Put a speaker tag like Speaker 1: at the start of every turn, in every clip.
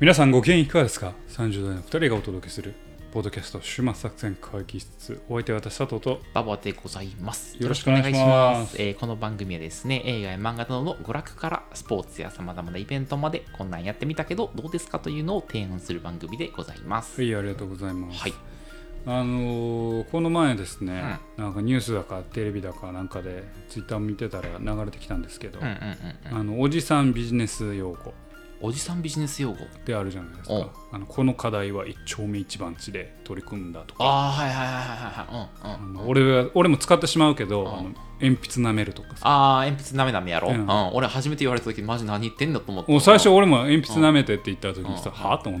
Speaker 1: 皆さんご機嫌いかがですか ?30 代の2人がお届けするポッドキャスト終末作戦会議室お相手は私佐藤と
Speaker 2: ババでございます。
Speaker 1: よろしくお願いします
Speaker 2: よろくお願いしえーこの番組はですね、映画や漫画などの娯楽からスポーツや様々なイベントまで、こんなんやってみたけど、どうですかというのを提案する番組でございます。
Speaker 1: は
Speaker 2: はい。
Speaker 1: いありがとうございます、あのーこの前ですね、なんかニュースだかテレビだかなんかでツイッター見てたら流れてきたんですけど、
Speaker 2: うんうんうんうん。
Speaker 1: あのおじさんビジネス用語
Speaker 2: おじさんビジネス用語。
Speaker 1: であるじゃないです
Speaker 2: うん
Speaker 1: かあのこの課題は一丁目一番地で取り組んだとか
Speaker 2: ああ、はいはいはいはいはい。
Speaker 1: あ
Speaker 2: うんうん。
Speaker 1: の俺は俺も使ってしまうけど、
Speaker 2: ん
Speaker 1: あの鉛筆舐めるとかさ
Speaker 2: ああ、鉛筆なめなめやろ。
Speaker 1: う
Speaker 2: うんん。俺初めて言われた時、マジ何言ってんだと思った。
Speaker 1: もう最初俺も鉛筆舐めてって言った時にさ、
Speaker 2: うん
Speaker 1: はあと思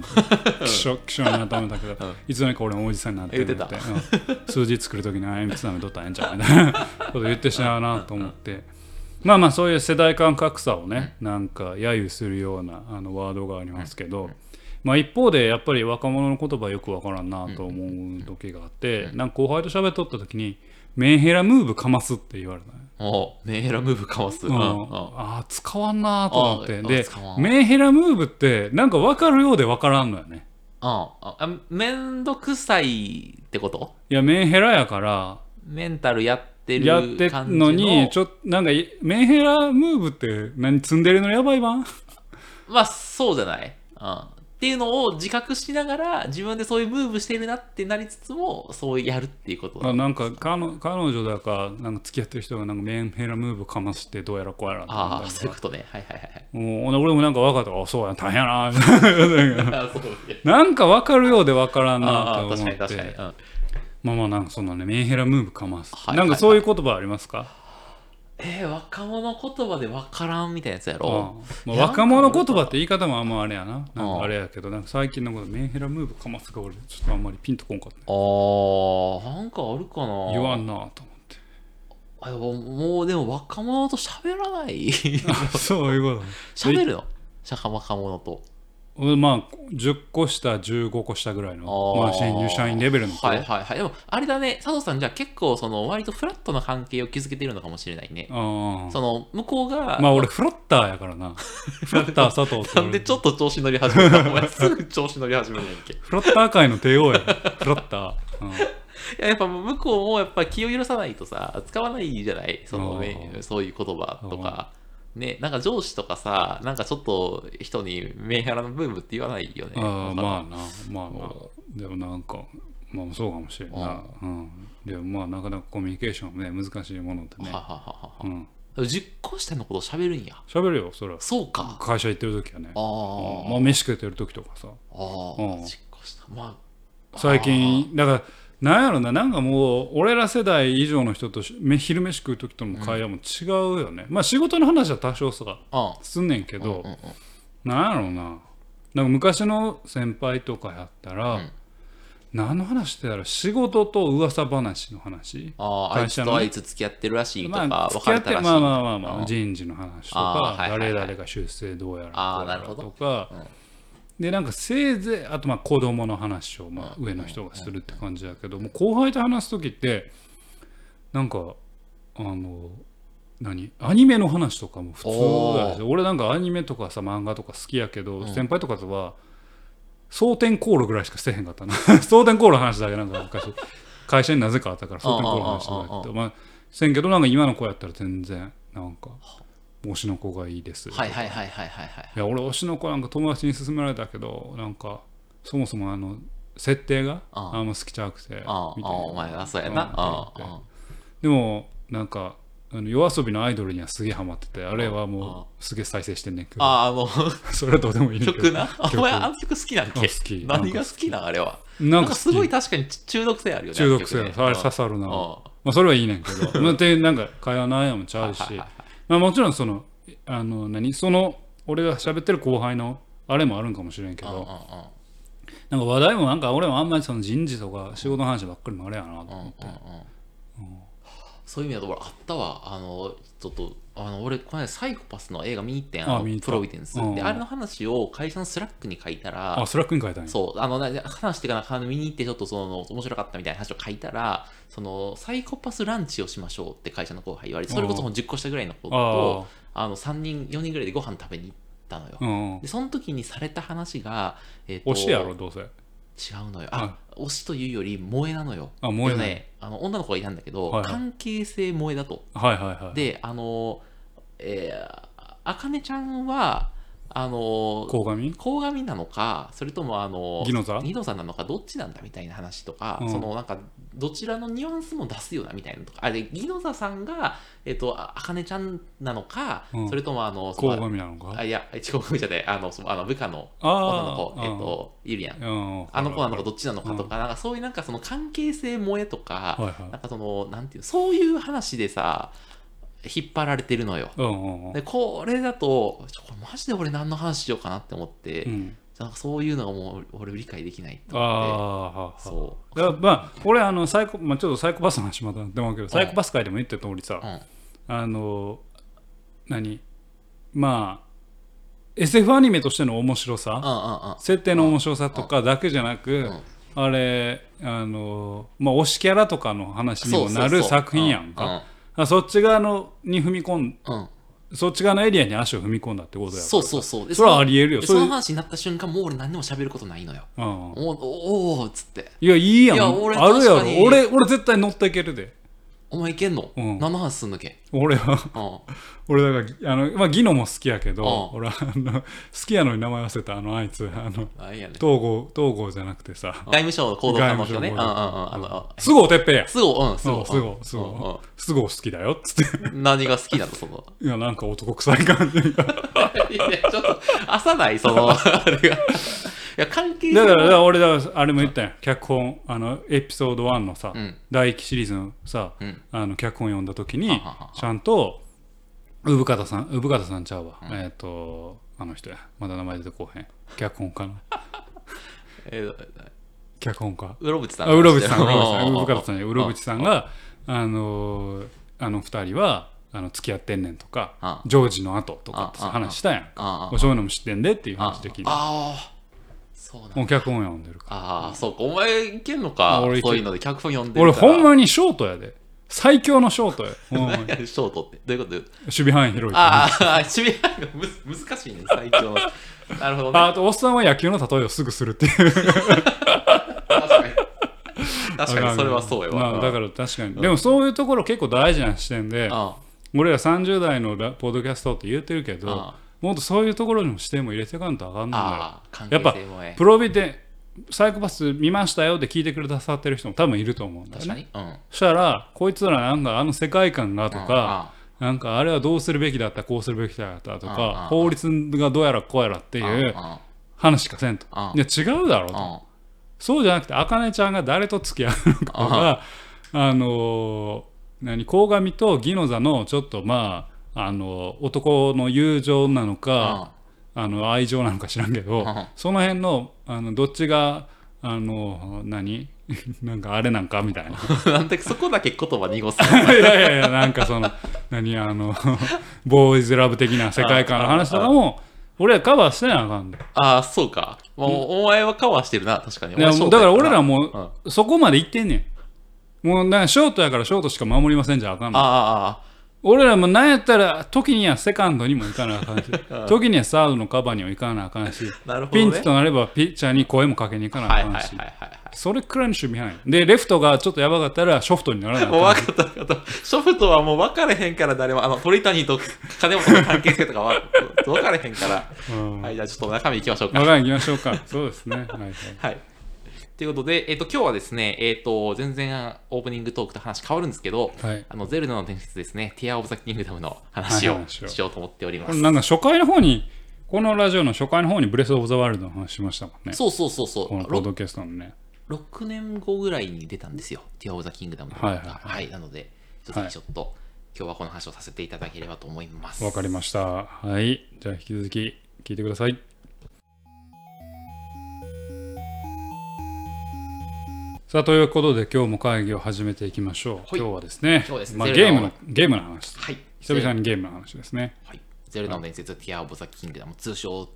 Speaker 1: ってきしょきしょいなと思ったけど、
Speaker 2: うん
Speaker 1: いつの間にか俺もおじさんになってる
Speaker 2: 言
Speaker 1: うん数字作る時にあ鉛筆舐めとったらええんちゃうみたいなこと言ってしまうなと思って、まあまあそういう世代間格差をね、なんか揶揄するようなあのワードがありますけど、まあ、一方でやっぱり若者の言葉よくわからんなと思う時があって、なんか後輩と喋っとった時にメンヘラムーブかますって言われたね
Speaker 2: おうメンヘラムーブかわす。うんうん。あ
Speaker 1: ああ使わんなーと思って
Speaker 2: うん
Speaker 1: で
Speaker 2: 使わん
Speaker 1: メンヘラムーブってなんか分かるようで分からんのよね
Speaker 2: あ、めんどくさいってこと
Speaker 1: いやメンヘラやから
Speaker 2: メンタルやってる
Speaker 1: やってん
Speaker 2: 感
Speaker 1: の
Speaker 2: じ
Speaker 1: にちょっとなんかいメンヘラムーブって何積んでるのやばいばん
Speaker 2: まあそうじゃない、うん、っていうのを自覚しながら自分でそういうムーブしてるなってなりつつもそうやるっていうことだ
Speaker 1: あなんか彼女彼女だかなんか付き合ってる人がなんかメンヘラムーブかましてどうやらこうやらって
Speaker 2: ああ
Speaker 1: みた
Speaker 2: そ
Speaker 1: い
Speaker 2: ういうことねはいはいはい
Speaker 1: なもう俺もなんか分かったからあそうや大変やな ー
Speaker 2: はいあそうね
Speaker 1: なんか分かるようで分からんな
Speaker 2: あ
Speaker 1: と
Speaker 2: あ
Speaker 1: 思
Speaker 2: 確か
Speaker 1: っ
Speaker 2: に確かに、
Speaker 1: て
Speaker 2: うん、
Speaker 1: まあまあなんかそんなねメンヘラムーブかます
Speaker 2: はい
Speaker 1: なんかそういう言葉ありますか
Speaker 2: えー、若者言葉で分からんみたいなやつやろ、
Speaker 1: うんまあ
Speaker 2: いや
Speaker 1: 若者言葉って言い方もあんまあれやな。なん
Speaker 2: う
Speaker 1: か
Speaker 2: ん
Speaker 1: あれやけど、なんか最近のことメンヘラムーブかますが俺、ちょっとあんまりピンとこんかったね。
Speaker 2: ああなんかあるかな
Speaker 1: 言わんなぁと思って。
Speaker 2: あもうもうでも若者と喋らない
Speaker 1: あそういうことね
Speaker 2: 喋るの 若者と
Speaker 1: 俺。 まあ、10個下、15個下ぐらいの、
Speaker 2: あー
Speaker 1: まあ、新入社員レベルの子。
Speaker 2: はいはいはいでもあれだね佐藤さんじゃあ結構その割とフラットな関係を築けてるのかもしれないね
Speaker 1: あ
Speaker 2: その向こうが
Speaker 1: あまあ、俺、フラッターやから な。フラッター佐藤って
Speaker 2: な
Speaker 1: 俺
Speaker 2: んでちょっと調子乗り始めたお 前すぐ調子乗り始めるやんけ。い
Speaker 1: フラッター界の帝王や。フラッ ター。うん
Speaker 2: ややっぱ向こうもやっぱ気を許さないとさ、使わないじゃないそのね
Speaker 1: あ、ー
Speaker 2: そういう言葉とか。ね、なんか上司とかさ、なんかちょっと人にメンヘラのブームって言わないよね。
Speaker 1: ああ
Speaker 2: なんか
Speaker 1: まあなまあまあでもなんかまあそうかもしれんなうん、でもまあなかなかコミュニケーションね難しいものでね
Speaker 2: はははは
Speaker 1: う
Speaker 2: は。
Speaker 1: ん
Speaker 2: 10個下のこと喋るんや。
Speaker 1: 喋るよそれは
Speaker 2: そうか。
Speaker 1: 会社行ってる時はね
Speaker 2: あ
Speaker 1: うん
Speaker 2: ー
Speaker 1: まあ飯食ってる時とかさ
Speaker 2: あー。
Speaker 1: うん
Speaker 2: 10個下。ま
Speaker 1: 最近だからなんやろななんかもう俺ら世代以上の人としめ昼飯食う時との会話も違うよね、まあ仕事の話は多少さ
Speaker 2: あ。
Speaker 1: すんねんけど、
Speaker 2: うん。うんうん
Speaker 1: なんやろうななんか昔の先輩とかやったら、
Speaker 2: うん
Speaker 1: 何の話してたら仕事と噂話の話
Speaker 2: あーあい
Speaker 1: 会
Speaker 2: つ
Speaker 1: 社の
Speaker 2: と
Speaker 1: ね
Speaker 2: あいつ付き合ってるらしいと
Speaker 1: ま
Speaker 2: か
Speaker 1: あ、、付き
Speaker 2: 別
Speaker 1: 合
Speaker 2: れ
Speaker 1: ったて
Speaker 2: らしいとか。
Speaker 1: まあまあまあ、ま
Speaker 2: う
Speaker 1: あ、
Speaker 2: ん
Speaker 1: 人事の話と
Speaker 2: あ
Speaker 1: か
Speaker 2: ーはいはいはい
Speaker 1: 誰々が出世どうやら
Speaker 2: あー
Speaker 1: こうやら
Speaker 2: なるほど
Speaker 1: とか
Speaker 2: うん
Speaker 1: でなんかせいぜいあとまあ子供の話をまあ
Speaker 2: うん
Speaker 1: 上の人がするって感じだけどもう後輩と話す時ってなんかあの何アニメの話とかも普通だし俺なんかアニメとかさ漫画とか好きやけど、
Speaker 2: ん
Speaker 1: 先輩とかとは蒼天航路ぐらいしかせえへんかったな 蒼天航路の話だけなんか 昔会社になぜかあったから蒼天航路の話だけ
Speaker 2: あああああ
Speaker 1: どまあせんけどなんか今の子やったら全然なんか推しの子がいいです、
Speaker 2: はいはいはいはいはいはい。
Speaker 1: いや俺推しの子なんか友達に勧められたけどなんかそもそもあの設定が
Speaker 2: あ
Speaker 1: あんま好きちゃうくてみたい
Speaker 2: ああ、ああお前はそうやな。ああ、
Speaker 1: うん
Speaker 2: あ
Speaker 1: でもなんかあの夜遊びのアイドルにはすげえハマっててあれは
Speaker 2: ああ
Speaker 1: もうすげえ再生してんねんけど
Speaker 2: ああの、
Speaker 1: それはどうでもいいねんけ
Speaker 2: 曲
Speaker 1: ど
Speaker 2: な。お前、あの曲好きなんだっ
Speaker 1: あ
Speaker 2: け
Speaker 1: 好き
Speaker 2: 何が好きなんあれは。
Speaker 1: な
Speaker 2: なんん
Speaker 1: か
Speaker 2: か
Speaker 1: 好き
Speaker 2: すごい確かに中毒性あるよね。
Speaker 1: 中毒性あるあれ刺
Speaker 2: す
Speaker 1: さるなま
Speaker 2: あ
Speaker 1: あそれはいいねんけ どまあでなんか会話ないやもんちゃうし
Speaker 2: はいはいはい
Speaker 1: まあもちろんそのあの何その俺が喋ってる後輩のあれもあるんかもしれんけ
Speaker 2: ああ
Speaker 1: ど
Speaker 2: ああ
Speaker 1: なんか話題もなんか俺もあんまりその人事とか仕事の話ばっかりもあれやなと思って、
Speaker 2: そういう意味だと俺あったわあのちょっとあの俺この間サイコパスの映画見に行ってん
Speaker 1: あ
Speaker 2: あの
Speaker 1: 見に行った
Speaker 2: プロビデンス、
Speaker 1: うん
Speaker 2: であれの話を会社のスラックに書いたら
Speaker 1: あスラックに書いたんや
Speaker 2: そう、あの、な話してかな、見に行ってちょっとその、面白かったみたいな話を書いたら、その、サイコパスランチをしましょうって会社の後輩言われて、それこそもう10個下ぐらいの子と、あの、3人、4人ぐらいでご飯食べに行っったのよ。
Speaker 1: うん
Speaker 2: でその時にされた話が、えっと
Speaker 1: 推しやろどうせ
Speaker 2: 違うのよあ、推しというより萌えなのよ
Speaker 1: あ萌えなの
Speaker 2: でもねあの女の子がいたんだけど、
Speaker 1: はいはい
Speaker 2: 関係性萌えだと
Speaker 1: はいはいはい
Speaker 2: であのえーあかねちゃんはあの
Speaker 1: 鴻上
Speaker 2: 鴻上なのかそれともあの
Speaker 1: ギノザ
Speaker 2: ギノザなのかどっちなんだみたいな話とか、
Speaker 1: うん
Speaker 2: そのなんかどちらのニュアンスも出すよなみたいなのとかあれギノザさんがえっとあかねちゃんなのか、
Speaker 1: うん
Speaker 2: それともあのその
Speaker 1: 鴻上なのか
Speaker 2: あいや違うじゃないあのそのあの部下の女の
Speaker 1: あ
Speaker 2: 子、えっと、ゆりやん
Speaker 1: あ、うん
Speaker 2: あの子なのか
Speaker 1: は
Speaker 2: どっちなのかとか、なんかそういうなんかその関係性萌えとか、
Speaker 1: いはい
Speaker 2: なんかその、なんていう、そういう話でさ、引っ張られてるのよ。
Speaker 1: うんうんうん
Speaker 2: で、これだと、ちょこれマジで俺何の話しようかなって思って、
Speaker 1: うん
Speaker 2: なんかそういうのがもう俺理解できないって
Speaker 1: あ
Speaker 2: 思
Speaker 1: あは
Speaker 2: って、
Speaker 1: は
Speaker 2: そ
Speaker 1: いやまあ俺あのサイコ、まあ、ちょっとサイコパスの話またなってまうけどサイコパス界でも言った通りさ
Speaker 2: う。、うん。
Speaker 1: あの何まあ SF アニメとしての面白さ、
Speaker 2: うんうんうん。
Speaker 1: 設定の面白さとかだけじゃなく、
Speaker 2: ん
Speaker 1: あれあの、まあ、推しキャラとかの話に
Speaker 2: そう
Speaker 1: も
Speaker 2: そうそう
Speaker 1: なる作品やんかあそっち側のに踏み込ん
Speaker 2: うん。うんうん
Speaker 1: そっち側のエリアに足を踏み込んだってことやから
Speaker 2: そうそうそう。で
Speaker 1: それはありえるよ
Speaker 2: で
Speaker 1: そ
Speaker 2: そ
Speaker 1: れ
Speaker 2: の話になった瞬間、もう俺何にも喋ることないのよ。
Speaker 1: うん
Speaker 2: おおおーっつって。
Speaker 1: いやいいやん
Speaker 2: いや俺
Speaker 1: あるや
Speaker 2: 確か
Speaker 1: ろ
Speaker 2: に
Speaker 1: 俺俺絶対乗っていけるで
Speaker 2: お前いけんの、
Speaker 1: うん
Speaker 2: 何の話すんのけ
Speaker 1: 俺は
Speaker 2: うん。
Speaker 1: 俺だからあの、まあ、ギノも好きやけど、
Speaker 2: うん
Speaker 1: 俺あの好きやのに名前忘れたあのあいつあの
Speaker 2: あいいやね。
Speaker 1: 東郷東郷じゃなくてさ
Speaker 2: 外務省の行動家の人ね。うんうんうん。
Speaker 1: 外
Speaker 2: あの、
Speaker 1: 菅生哲平や
Speaker 2: すご、うん、す
Speaker 1: 菅
Speaker 2: ご。
Speaker 1: 生菅生菅
Speaker 2: うんうん
Speaker 1: 生菅生好きだよっつって
Speaker 2: 何が好きなの、その。
Speaker 1: いやなんか男臭い感じが
Speaker 2: いや、ちょっと、浅ない、その、あれが。いや、関係
Speaker 1: だか
Speaker 2: 性は
Speaker 1: らだから俺だからあれも言ったよ脚本あのエピソード1のさ、
Speaker 2: うん
Speaker 1: 第1シリーズのさ、
Speaker 2: うん
Speaker 1: あの脚本読んだ時
Speaker 2: は
Speaker 1: に
Speaker 2: はは
Speaker 1: ちゃんと産方さん産方さんちゃうわ、えっ、とあの人やまだ名前出てこうへん脚本家の
Speaker 2: えー
Speaker 1: 脚本家
Speaker 2: うろぶちさん
Speaker 1: あ
Speaker 2: の話
Speaker 1: う
Speaker 2: だよ。
Speaker 1: ろぶちさん、うろぶちさん、
Speaker 2: う
Speaker 1: う
Speaker 2: う
Speaker 1: ろぶちさんじゃない、うろぶちさんが、あのー、あの二人は、あの付き合ってんねんとか
Speaker 2: あ、
Speaker 1: ジョージの後とかって
Speaker 2: ああ
Speaker 1: 話したやん
Speaker 2: あ
Speaker 1: か。そういうのも知ってんでっていう話で聞いた。
Speaker 2: ああ、そうなんだ
Speaker 1: もう脚本読んでるか
Speaker 2: ああ、そうか。お前いけんのか
Speaker 1: 俺い。ける
Speaker 2: そういうので、脚本読んで
Speaker 1: ら。俺、
Speaker 2: るから。
Speaker 1: ほんまにショートやで。最強のショート や。ほんまに
Speaker 2: 何やショートって。どういうこと
Speaker 1: 守備範囲広いから。
Speaker 2: ああ、守備範囲がむず難しいね、最強の。なるほどね。
Speaker 1: ああと、おっさんは野球の例えをすぐするっていう。
Speaker 2: 確かに。確かに、それはそうやわ。
Speaker 1: まあだから確かに。でも、そういうところ結構大事な視点で、
Speaker 2: あ
Speaker 1: 俺ら30代のラポッドキャストって言ってるけど
Speaker 2: あ、
Speaker 1: もっとそういうところにも視点も入れていかんとあかんのよ。
Speaker 2: あ、関
Speaker 1: や
Speaker 2: 係
Speaker 1: っぱ
Speaker 2: 性もええ。
Speaker 1: プロビでサイコパス見ましたよって聞いてくださってる人も多分いると思うんだよ
Speaker 2: 確か
Speaker 1: ね。
Speaker 2: に。うん。
Speaker 1: そしたらこいつらなんかあの世界観がとか、
Speaker 2: あ
Speaker 1: なんかあれはどうするべきだったこうするべきだったと
Speaker 2: うんうんうん
Speaker 1: か法律がどうやらこうやらって
Speaker 2: あ
Speaker 1: いう
Speaker 2: あ
Speaker 1: 話しかせんと
Speaker 2: あ。
Speaker 1: いや違うだろう
Speaker 2: あ
Speaker 1: と。
Speaker 2: あ
Speaker 1: そうじゃなくてあかねちゃんが誰と付き合うのかとかあのー何鴻上とギノザのちょっとまああの男の友情なのか
Speaker 2: あ
Speaker 1: あの愛情なのか知らんけど、
Speaker 2: うん
Speaker 1: その辺のあのどっちがあの何 なんかあれなんかみた いな
Speaker 2: あなんでそこだけ言葉濁す の
Speaker 1: いやいやいやなんかその何あのボーイズラブ的な世界観の話とかも俺らカバーしてなあかんで
Speaker 2: ああ、そうか。もうお前はカバーしてるな、確かに。
Speaker 1: いや
Speaker 2: お前シ
Speaker 1: も
Speaker 2: ョー
Speaker 1: う
Speaker 2: ト
Speaker 1: だ
Speaker 2: や
Speaker 1: から
Speaker 2: な
Speaker 1: 俺ら
Speaker 2: あ
Speaker 1: もうそこまで行ってんねんもうなんかショートやからショートしか守りませんじゃあかんの
Speaker 2: あ、
Speaker 1: 俺らもなんやったら時にはセカンドにも行かなあか んし時にはサードのカバーにも行かなあかんし
Speaker 2: なるほど
Speaker 1: ピ
Speaker 2: ね
Speaker 1: ンチとなればピッチャーに声もかけに行かな
Speaker 2: は
Speaker 1: あ
Speaker 2: い
Speaker 1: か
Speaker 2: はいは
Speaker 1: ん
Speaker 2: い
Speaker 1: し
Speaker 2: はいはい。
Speaker 1: それくらいの守備範囲。で、レフトがちょっとやばかったら、ショフトにならない
Speaker 2: もう分かった分かった。ショフトはもう分かれへんから誰も、あの鳥谷と金本の関係性とか は分かれへんから。
Speaker 1: うん
Speaker 2: はい、じゃあちょっと中身いきましょうか。
Speaker 1: 長い行きましょう か。そうですね。はいはい。
Speaker 2: はい。ということで、えっ、と、今日はですね、えっ、と、全然オープニングトークと話変わるんですけど、
Speaker 1: はい
Speaker 2: あの、ゼルダの伝説ですね、ティア・オブ・ザ・キングダムの話
Speaker 1: はい
Speaker 2: を
Speaker 1: 話を
Speaker 2: しようと思っておりま
Speaker 1: こ
Speaker 2: す
Speaker 1: れ。なんか初回の方に、このラジオの初回の方にブレス・オブ・ザ・ワールドの話しましたもんね。
Speaker 2: そうそうそうそう
Speaker 1: このポッドキャストのね。
Speaker 2: ろく、6年後ぐらいに出たんですよ、ティア・オブ・ザ・キングダムの
Speaker 1: は
Speaker 2: はいい
Speaker 1: はいはい
Speaker 2: なので、一つにちょっと、今日はこの話をさせていただければと思います。
Speaker 1: わかりました。はい。じゃあ引き続き聞いてください。さあということで今日も会議を始めていきましょう。
Speaker 2: い
Speaker 1: 今日はですね、
Speaker 2: 今日はですね
Speaker 1: まあ、
Speaker 2: ゼ
Speaker 1: ゲ
Speaker 2: ルダ
Speaker 1: ー
Speaker 2: を
Speaker 1: ムのゲームの話です、
Speaker 2: はい。
Speaker 1: 久々にゲームの話ですね。
Speaker 2: はい、ゼルダの伝説、ティア・オブ・ザ・キングダム、通称、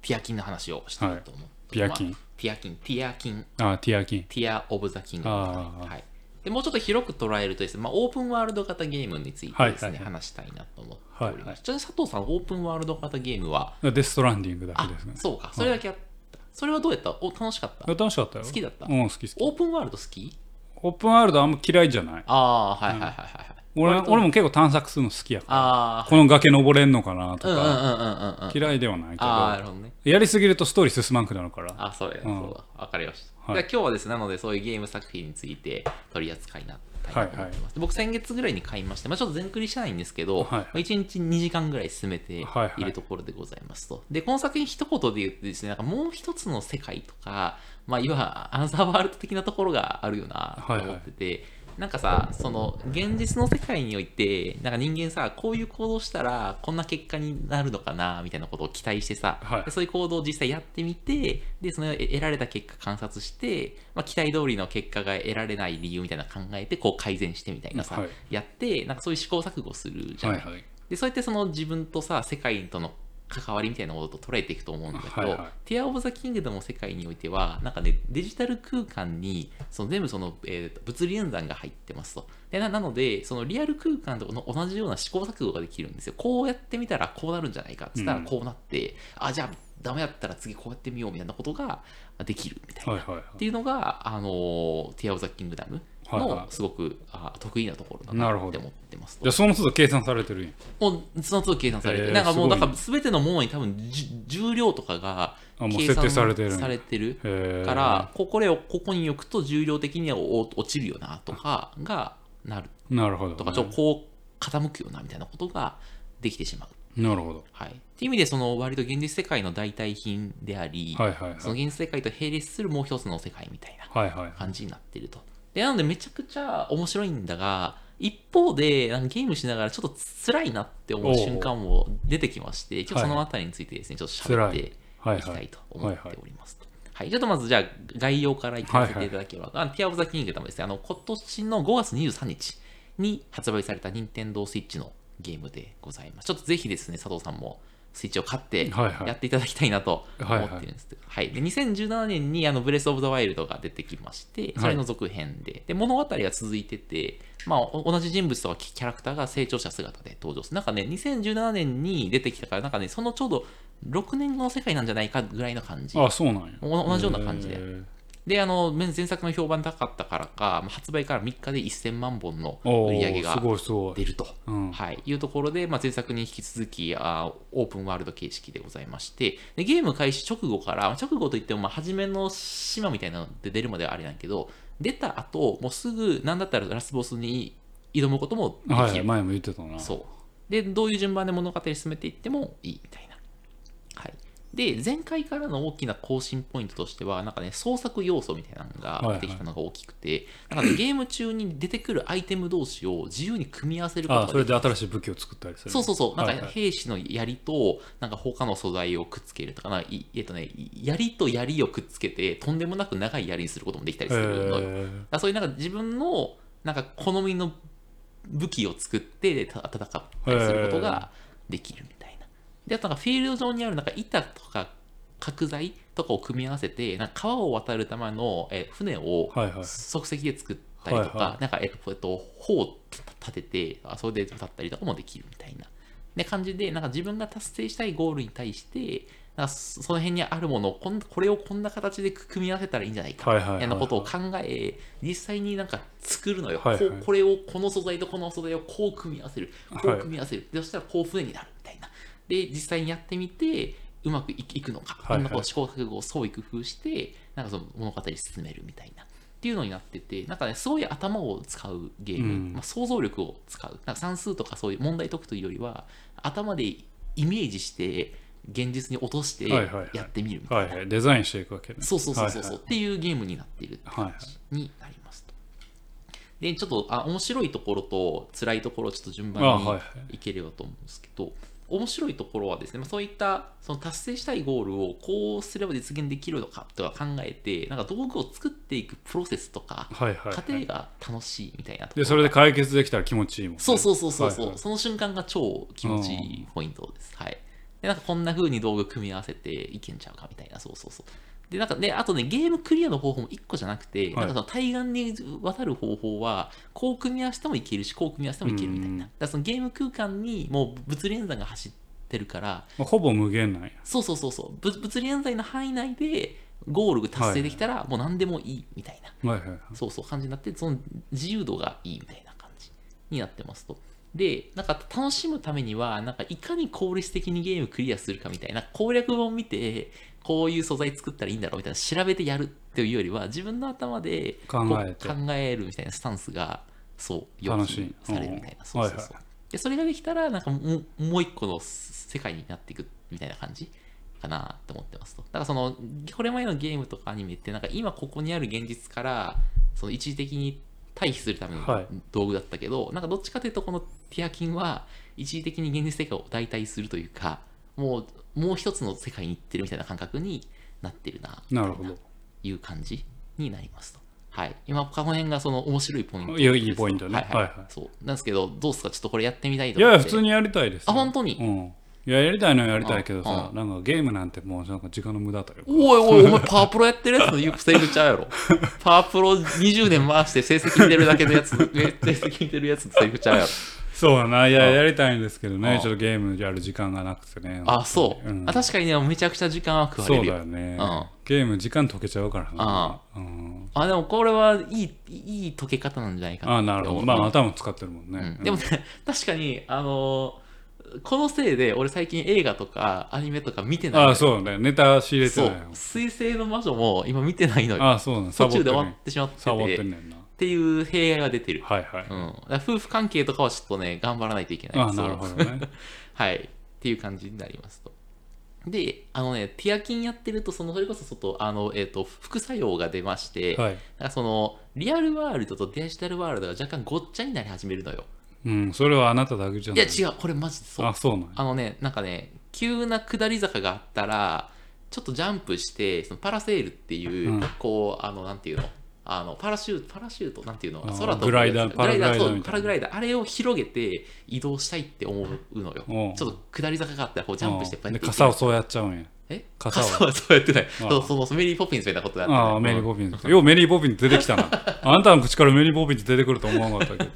Speaker 2: ティアキンの話をしたいなと思う。
Speaker 1: ピアキン
Speaker 2: まあティアキン、ティアキン、
Speaker 1: あ、ティアキン。
Speaker 2: ティア・オブ・ザ・キングダム、
Speaker 1: あー
Speaker 2: はい、でもうちょっと広く捉えるとですね、まあ、オープンワールド型ゲームについてですね、
Speaker 1: はいはいはい
Speaker 2: 話したいなと思っております。
Speaker 1: はいはい
Speaker 2: ちなみに佐藤さん、オープンワールド型ゲームは、
Speaker 1: デストランディングだけ
Speaker 2: あ
Speaker 1: ですね
Speaker 2: そうか、それだけやった。それはどうやったお楽しかった
Speaker 1: いや楽しかったよ
Speaker 2: 好きだった
Speaker 1: うん好き好き
Speaker 2: オープンワールド好き
Speaker 1: オープンワールドあんま嫌いじゃない
Speaker 2: ああ、はいはいはいはいはい。
Speaker 1: 俺
Speaker 2: 割と
Speaker 1: 俺も結構探索するの好きやから
Speaker 2: あ
Speaker 1: この崖登れんのかな
Speaker 2: あ、
Speaker 1: と
Speaker 2: うんうんうんうんうん
Speaker 1: か、。
Speaker 2: あ
Speaker 1: 嫌いではないけ
Speaker 2: あー、なる
Speaker 1: ど
Speaker 2: ほどね。
Speaker 1: やりすぎるとストーリー進まんくなるから
Speaker 2: あ、そうや、
Speaker 1: うん
Speaker 2: そうだ。わかりました。
Speaker 1: はい
Speaker 2: じゃあ今日はですね、なのでそういうゲーム作品について取り扱いになったいなと思ってます。
Speaker 1: はい
Speaker 2: 僕、先月ぐらいに買いまして、まあ、ちょっと全クリしてないんですけど、
Speaker 1: はい
Speaker 2: まあ、1日2時間ぐらい進めて
Speaker 1: はい
Speaker 2: いるところでございますと。で、この作品一言で言ってですね、なんかもう一つの世界とか、まあ、いわばアンサーワールド的なところがあるよなと思ってて、なんかさその現実の世界においてなんか人間さこういう行動したらこんな結果になるのかなみたいなことを期待してさ、
Speaker 1: はい
Speaker 2: でそういう行動を実際やってみてでその得得られた結果観察して、まあ、期待通りの結果が得られない理由みたいなの考えてこう改善してみたいなさ、
Speaker 1: はい
Speaker 2: やってなんかそういう試行錯誤するじゃない、
Speaker 1: はいはい
Speaker 2: でそうやってその自分とさ世界との関わりみたいなことと捉えていくと思うんだけど、
Speaker 1: はいはい
Speaker 2: ティア・オブ・ザ・キングダムの世界においてはなんかねデジタル空間にその全部その、えー物理演算が入ってますとでななのでそのリアル空間との同じような試行錯誤ができるんですよこうやってみたらこうなるんじゃないかっつったら
Speaker 1: うん
Speaker 2: こうなって、あじゃあダメだったら次こうやってみようみたいなことができるみたいな、
Speaker 1: はいはいは
Speaker 2: っていうのが、あのーティア・オブ・ザ・キングダム
Speaker 1: はいは
Speaker 2: の
Speaker 1: い
Speaker 2: すごく、あ得意なところだ
Speaker 1: な
Speaker 2: な
Speaker 1: るほ
Speaker 2: って
Speaker 1: ど
Speaker 2: 思ってます
Speaker 1: いじゃ
Speaker 2: と
Speaker 1: あその都度計算されてるんや
Speaker 2: もうその都度計算されてる、
Speaker 1: えー
Speaker 2: なんかも
Speaker 1: すご
Speaker 2: うだ
Speaker 1: い
Speaker 2: から全てのものに多分じ重量とかが
Speaker 1: あもう
Speaker 2: 計
Speaker 1: 設定
Speaker 2: 算
Speaker 1: されてるんや
Speaker 2: されてる
Speaker 1: へー
Speaker 2: からここれをここに置くと重量的にはお落ちるよなとかがなる
Speaker 1: なるほど
Speaker 2: とかちょっとこう傾くよなみたいなことができてしまう。
Speaker 1: なるほど
Speaker 2: はい、っていう意味でその割と現実世界の代替品であり、
Speaker 1: はいはいはい
Speaker 2: その現実世界と並列するもう一つの世界みたいな
Speaker 1: はいはい
Speaker 2: 感じになってると。でなのでめちゃくちゃ面白いんだが一方でなんかゲームしながらちょっと辛いなって思う瞬間も出てきまして今日そのあたりについてですね、ちょっと喋ってい
Speaker 1: はいはい
Speaker 2: きたいと思
Speaker 1: は
Speaker 2: っ
Speaker 1: いはい
Speaker 2: ておりますと。はい、ちょっとまずじゃあ概要からいかせていただければ、あのティア・オブ・ザ・キングダムですねあの今年の5月23日に発売された任天堂スイッチのゲームでございますちょっとぜひですね佐藤さんもスイッチを買って
Speaker 1: はいはい
Speaker 2: やっていただきたいなと
Speaker 1: はいは
Speaker 2: 思
Speaker 1: い
Speaker 2: ってるんですけど、はいで2017年にあのブレス・オブ・ザ・ワイルドが出てきましてそれの続編で,、で物語が続いてて、まあ、お同じ人物とかキキャラクターが成長した姿で登場するなんかね2017年に出てきたからなんかねそのちょうど6年後の世界なんじゃないかぐらいの感じ
Speaker 1: あそうなんや
Speaker 2: お同じような感じで
Speaker 1: へー
Speaker 2: であの前前作の評判高かったからかまあ発売から3日で1000万本の
Speaker 1: お
Speaker 2: 売り上げ
Speaker 1: ー
Speaker 2: が
Speaker 1: すごいすごい
Speaker 2: 出ると。
Speaker 1: うん
Speaker 2: はい、いうところで、まあ、前作に引き続きあーオープンワールド形式でございましてでゲーム開始直後から直後といってもまあ初めの島みたいなので出るまではあれなんやけど出た後もうすぐ何だったらラスボスに挑むこともできる、
Speaker 1: はい前も言ってたな
Speaker 2: そうでどういう順番で物語進めていってもいいみたいなはいで前回からの大きな更新ポイントとしてはなんかね創作要素みたいなのが出てきたのが大きくて、なんかねゲーム中に出てくるアイテム同士を自由に組み合わせることが
Speaker 1: あ
Speaker 2: でき
Speaker 1: そ
Speaker 2: る
Speaker 1: れで新しい武器を作ったりする
Speaker 2: そうそうそう、なん
Speaker 1: はい
Speaker 2: か
Speaker 1: はい
Speaker 2: 兵士の槍と、なんか他の素材をくっつけるとか、なんかいえっとね、槍と槍をくっつけて、とんでもなく長い槍にすることもできたりするのよ。だか
Speaker 1: へー
Speaker 2: らそういうなんか自分のなんか好みの武器を作ってた戦ったりすることができるみたいな。で、あとなんかフィールド上にあるなんか板とか角材とかを組み合わせて、なんか川を渡るためのえ船を
Speaker 1: はいはい
Speaker 2: 即席で作ったりとか、
Speaker 1: はいは
Speaker 2: なんか、えっと、えっと砲を立てて、あそれで立ったりとかもできるみたいな。で感じで、なんか自分が達成したいゴールに対して、なんかそその辺にあるものをこん、これをこんな形で組み合わせたらいいんじゃないか、
Speaker 1: はいはいはい
Speaker 2: みたいなことを考え、実際になんか作るのよ、
Speaker 1: はいはい
Speaker 2: こう。これを、この素材とこの素材をこう組み合わせる、こう組み合わせる、でそしたらこう船になるみたいな。で、実際にやってみて、うまくいいくのか、
Speaker 1: はいはい
Speaker 2: いろんなことを試行錯誤を創意工夫して、なんかその物語進めるみたいな。っていうのになってて、なんかね、すごい頭を使うゲーム、
Speaker 1: うん
Speaker 2: まあ、想像力を使う、なんか算数とかそういう問題解くというよりは、頭でイメージして、現実に落として
Speaker 1: はいはいはい
Speaker 2: やってみるみたいな。
Speaker 1: はいはいデザインしていくわけね
Speaker 2: そうそうそうそうそう、
Speaker 1: はい
Speaker 2: っていうゲームになっているって感じになりますと。でちょっとあ面白いところと辛いところをちょっと順
Speaker 1: あ
Speaker 2: 番
Speaker 1: はいは
Speaker 2: にいければと思うんですけど、面白いところはですね、まあ、そういったその達成したいゴールをこうすれば実現できるのかとか考えてなんか道具を作っていくプロセスとか
Speaker 1: はいはいはい
Speaker 2: 過程が楽しいみたいなところ
Speaker 1: でそれで解決できたら気持ちいいもんね
Speaker 2: そうそうそうそうそう、
Speaker 1: はいはい
Speaker 2: その瞬間が超気持ちいいポイントです。はい。で、なんかこんな風に道具組み合わせていけんちゃうかみたいな、そうそうそう。でなんかね、あとね、ゲームクリアの方法も1個じゃなくて、
Speaker 1: い
Speaker 2: なんかその対岸に渡る方法は、こう組み合わせてもいけるし、こう組み合わせてもいけるみたい
Speaker 1: うん
Speaker 2: な。だからそのゲーム空間にもう物理演算が走ってるから、
Speaker 1: まあほぼ無限なんや
Speaker 2: そうそうそうそう、ぶ物理演算の範囲内でゴール達成できたら、もう何でもいいみたいな。
Speaker 1: はいはいはい
Speaker 2: そうそう感じになってその自由度がいいみたいな感じになってますと。でなんか楽しむためにはなんかいかに効率的にゲームクリアするかみたいな攻略本見てこういう素材作ったらいいんだろうみたいな調べてやるっていうよりは自分の頭で
Speaker 1: 考
Speaker 2: こう
Speaker 1: えて
Speaker 2: 考えるみたいなスタンスがそう
Speaker 1: 楽
Speaker 2: 要
Speaker 1: しい
Speaker 2: 求されるみたいな
Speaker 1: うん
Speaker 2: そうそうそう、
Speaker 1: はいは
Speaker 2: でそれができたらなんかもうもう一個の世界になっていくみたいな感じかなと思ってますとだからそのこれまでのゲームとかアニメってなんか今ここにある現実からその一時的に対比するため
Speaker 1: はい
Speaker 2: の道具だったけど、なんかどっちかというとこのティアキンは一時的に現実世界を代替するというかもうもう一つの世界に行ってるみたいな感覚になってるな
Speaker 1: なるほど
Speaker 2: いう感じになりますと。はい、今、この辺がその面白いポイントです。
Speaker 1: いやいいポイントね
Speaker 2: はいはい
Speaker 1: はいはい
Speaker 2: そうなんですけど、どうですかちょっとこれやってみたいと
Speaker 1: いやいや普
Speaker 2: って
Speaker 1: 通にやりたいですよ
Speaker 2: あ本当に
Speaker 1: うんいややりたいのはやりたいけどさ
Speaker 2: あ
Speaker 1: なんかゲームなんてもうなんか時間の無駄だよ
Speaker 2: おいおい、お前パワープロやってるやつの言うセリフちゃうやろ。パワープロ20年回して成績見てるだけのやつ、成績見てるやつのセリフちゃうやろ。
Speaker 1: そうだないや
Speaker 2: うん
Speaker 1: やりたいんですけど
Speaker 2: う
Speaker 1: ね
Speaker 2: ん
Speaker 1: ちょっとゲームやる時間がなくてね
Speaker 2: あ、そう、
Speaker 1: ん
Speaker 2: あ。確かにね、めちゃくちゃ時間は食われ
Speaker 1: そう
Speaker 2: る
Speaker 1: だ
Speaker 2: よ。
Speaker 1: よね
Speaker 2: うん
Speaker 1: ゲーム時間解けちゃうからなうん
Speaker 2: あ、でもこれはいい、いい解け方なんじゃないかな。
Speaker 1: あなるほどまあ頭使ってるもんね
Speaker 2: うんでもね、確かに、あのーこのせいで俺最近映画とかアニメとか見てないのよ
Speaker 1: あそうだねネタ仕入れて
Speaker 2: そ
Speaker 1: な
Speaker 2: う
Speaker 1: いよ
Speaker 2: 水星の魔女も今見てないのよ
Speaker 1: あそうなんサ
Speaker 2: 途
Speaker 1: ボって
Speaker 2: 中で
Speaker 1: る
Speaker 2: 終
Speaker 1: ね
Speaker 2: わってしまってて
Speaker 1: サボって
Speaker 2: っ
Speaker 1: んねんな
Speaker 2: ていう弊害が出てる、
Speaker 1: はいはい
Speaker 2: うん、だから夫婦関係とかはちょっとね頑張らないといけない
Speaker 1: あなるほどね
Speaker 2: はいっていう感じになりますとであのねティアキンやってるとそのそれこそちょっとあの、えー、と副作用が出まして、だか
Speaker 1: はい
Speaker 2: らそのリアルワールドとデジタルワールドが若干ごっちゃになり始めるのよ
Speaker 1: うんそれはあなただけじゃ
Speaker 2: い
Speaker 1: な
Speaker 2: や
Speaker 1: い
Speaker 2: 違うこれマジでそう
Speaker 1: あそうなんや
Speaker 2: あのね、なんかね、急な下り坂があったら、ちょっとジャンプして、そのパラセールっていう、
Speaker 1: うん
Speaker 2: こう、あの、なんていうの、あのパラシュート、パラシュート、なんていう
Speaker 1: あ
Speaker 2: の、
Speaker 1: ー
Speaker 2: 空飛ぶやつ
Speaker 1: グライダー
Speaker 2: グライダ
Speaker 1: パラグラ
Speaker 2: ー、
Speaker 1: イダー
Speaker 2: そ
Speaker 1: み
Speaker 2: う
Speaker 1: たいな
Speaker 2: パラグライダー、あれを広げて移動したいって思うのよ。
Speaker 1: おう
Speaker 2: ちょっと下り坂があったら、こう、ジャンプして、
Speaker 1: あ
Speaker 2: こ
Speaker 1: あ
Speaker 2: う
Speaker 1: で
Speaker 2: やって。
Speaker 1: 傘をそうやっちゃうんや
Speaker 2: え
Speaker 1: 傘
Speaker 2: 傘
Speaker 1: を
Speaker 2: はそうやってない。
Speaker 1: あー
Speaker 2: そうそのメリー・ポピンスみたいなことやってない。
Speaker 1: ああメリー・
Speaker 2: うん
Speaker 1: ボビンズようメリー・ボビンズ出てきたな あなたの口からメリー・ボビンズ出てくると思わなか ったけど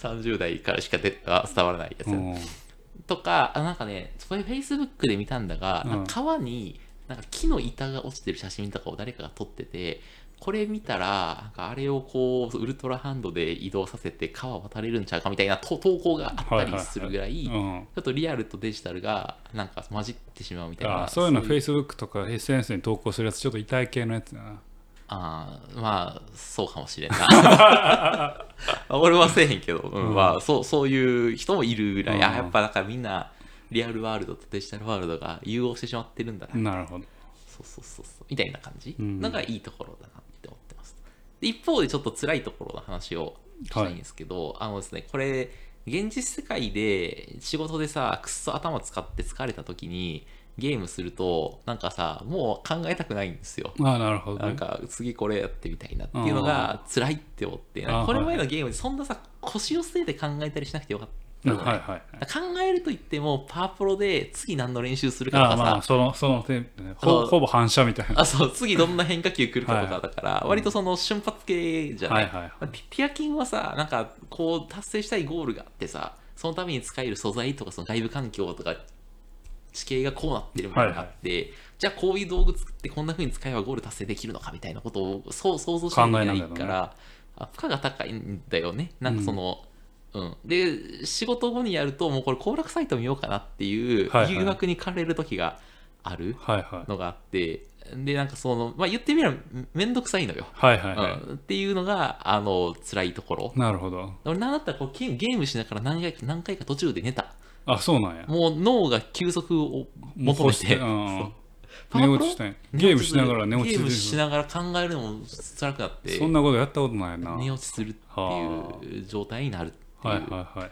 Speaker 2: 30代からしか出あ伝わらないやつ。
Speaker 1: うん
Speaker 2: とか、あなんかね、それフェイスブックで見たんだが、
Speaker 1: うん
Speaker 2: なんか川になんか木の板が落ちてる写真とかを誰かが撮ってて、これ見たら、なんかあれをこう、ウルトラハンドで移動させて川渡れるんちゃうかみたいなと投稿があったりするぐらい、
Speaker 1: うん
Speaker 2: ちょっとリアルとデジタルがなんか混じってしまうみたい
Speaker 1: あ
Speaker 2: な。
Speaker 1: あそういうのフェ
Speaker 2: イ
Speaker 1: イスブックとか SNS に投稿するやつちょっと痛い系のやつだな
Speaker 2: あーまあ、そうかもしれん な。俺はせえへんけど、うん
Speaker 1: うん
Speaker 2: まあそう、そういう人もいるぐらい、
Speaker 1: う
Speaker 2: あ
Speaker 1: ん
Speaker 2: やっぱなんかみんな、リアルワールドとデジタルワールドが融合してしまってるんだな
Speaker 1: なるほど
Speaker 2: そうそうそうそうみたいな感じ
Speaker 1: うん
Speaker 2: のがいいところだなって思ってます。で一方でちょっと辛いところの話をしたいんですけど、あのですねこれ現実世界で仕事でさくっそ頭使って疲れた時にゲームするとなんかさもう考えたくないんですよ。
Speaker 1: ああなるほど
Speaker 2: なん
Speaker 1: ね
Speaker 2: か次これやってみたいなっていうのが辛いって思って
Speaker 1: あー
Speaker 2: これまでのゲームでそんなさ腰を据えて考えたりしなくてよかった
Speaker 1: う
Speaker 2: じ
Speaker 1: ん
Speaker 2: ゃ
Speaker 1: は
Speaker 2: ない
Speaker 1: いはい
Speaker 2: 考えると言ってもパワプロで次何の練習するかと
Speaker 1: あ
Speaker 2: か
Speaker 1: あ
Speaker 2: さ、
Speaker 1: まあそのそのテーマね
Speaker 2: あ
Speaker 1: ほ
Speaker 2: の
Speaker 1: ほぼ反射みたいな
Speaker 2: あそう次どんな変化球来るかとかだから、割とその瞬発系じゃない,、
Speaker 1: はいはいはい
Speaker 2: まあティティアキンはさなんかこう達成したいゴールがあってさそのために使える素材とかその外部環境とか地形がこうなってるみたいなのがあって、じゃあこういう道具作ってこんな風に使えばゴール達成できるのかみたいなことをそう想像しなきゃいけない
Speaker 1: 考え
Speaker 2: か
Speaker 1: ながら
Speaker 2: ら、あ負荷が高いんだよねなんかその、うんで仕事後にやるともうこれ行楽サイト見ようかなっていう
Speaker 1: はいはい
Speaker 2: 誘惑に駆られる時がある、
Speaker 1: はいはい
Speaker 2: のがあってでなんかそのまあ言ってみれば面倒くさいのよ、
Speaker 1: はいはいは
Speaker 2: うん、っていうのがあの辛いところ
Speaker 1: いなるほど
Speaker 2: 俺なんだったらこうゲームゲームしながら何回か何回か途中で寝た
Speaker 1: あそうなんや
Speaker 2: もう脳が休息を
Speaker 1: もう
Speaker 2: 求めて
Speaker 1: う
Speaker 2: そうんパワ
Speaker 1: 寝
Speaker 2: プ
Speaker 1: 落
Speaker 2: ロ
Speaker 1: ちしたいゲームしながら寝落ち
Speaker 2: ゲーム
Speaker 1: す
Speaker 2: し
Speaker 1: る
Speaker 2: ながら考えるのも辛くなって
Speaker 1: そんなことやったことないな
Speaker 2: 寝落ちするっていう状態になるっていう、
Speaker 1: はいはいはいはい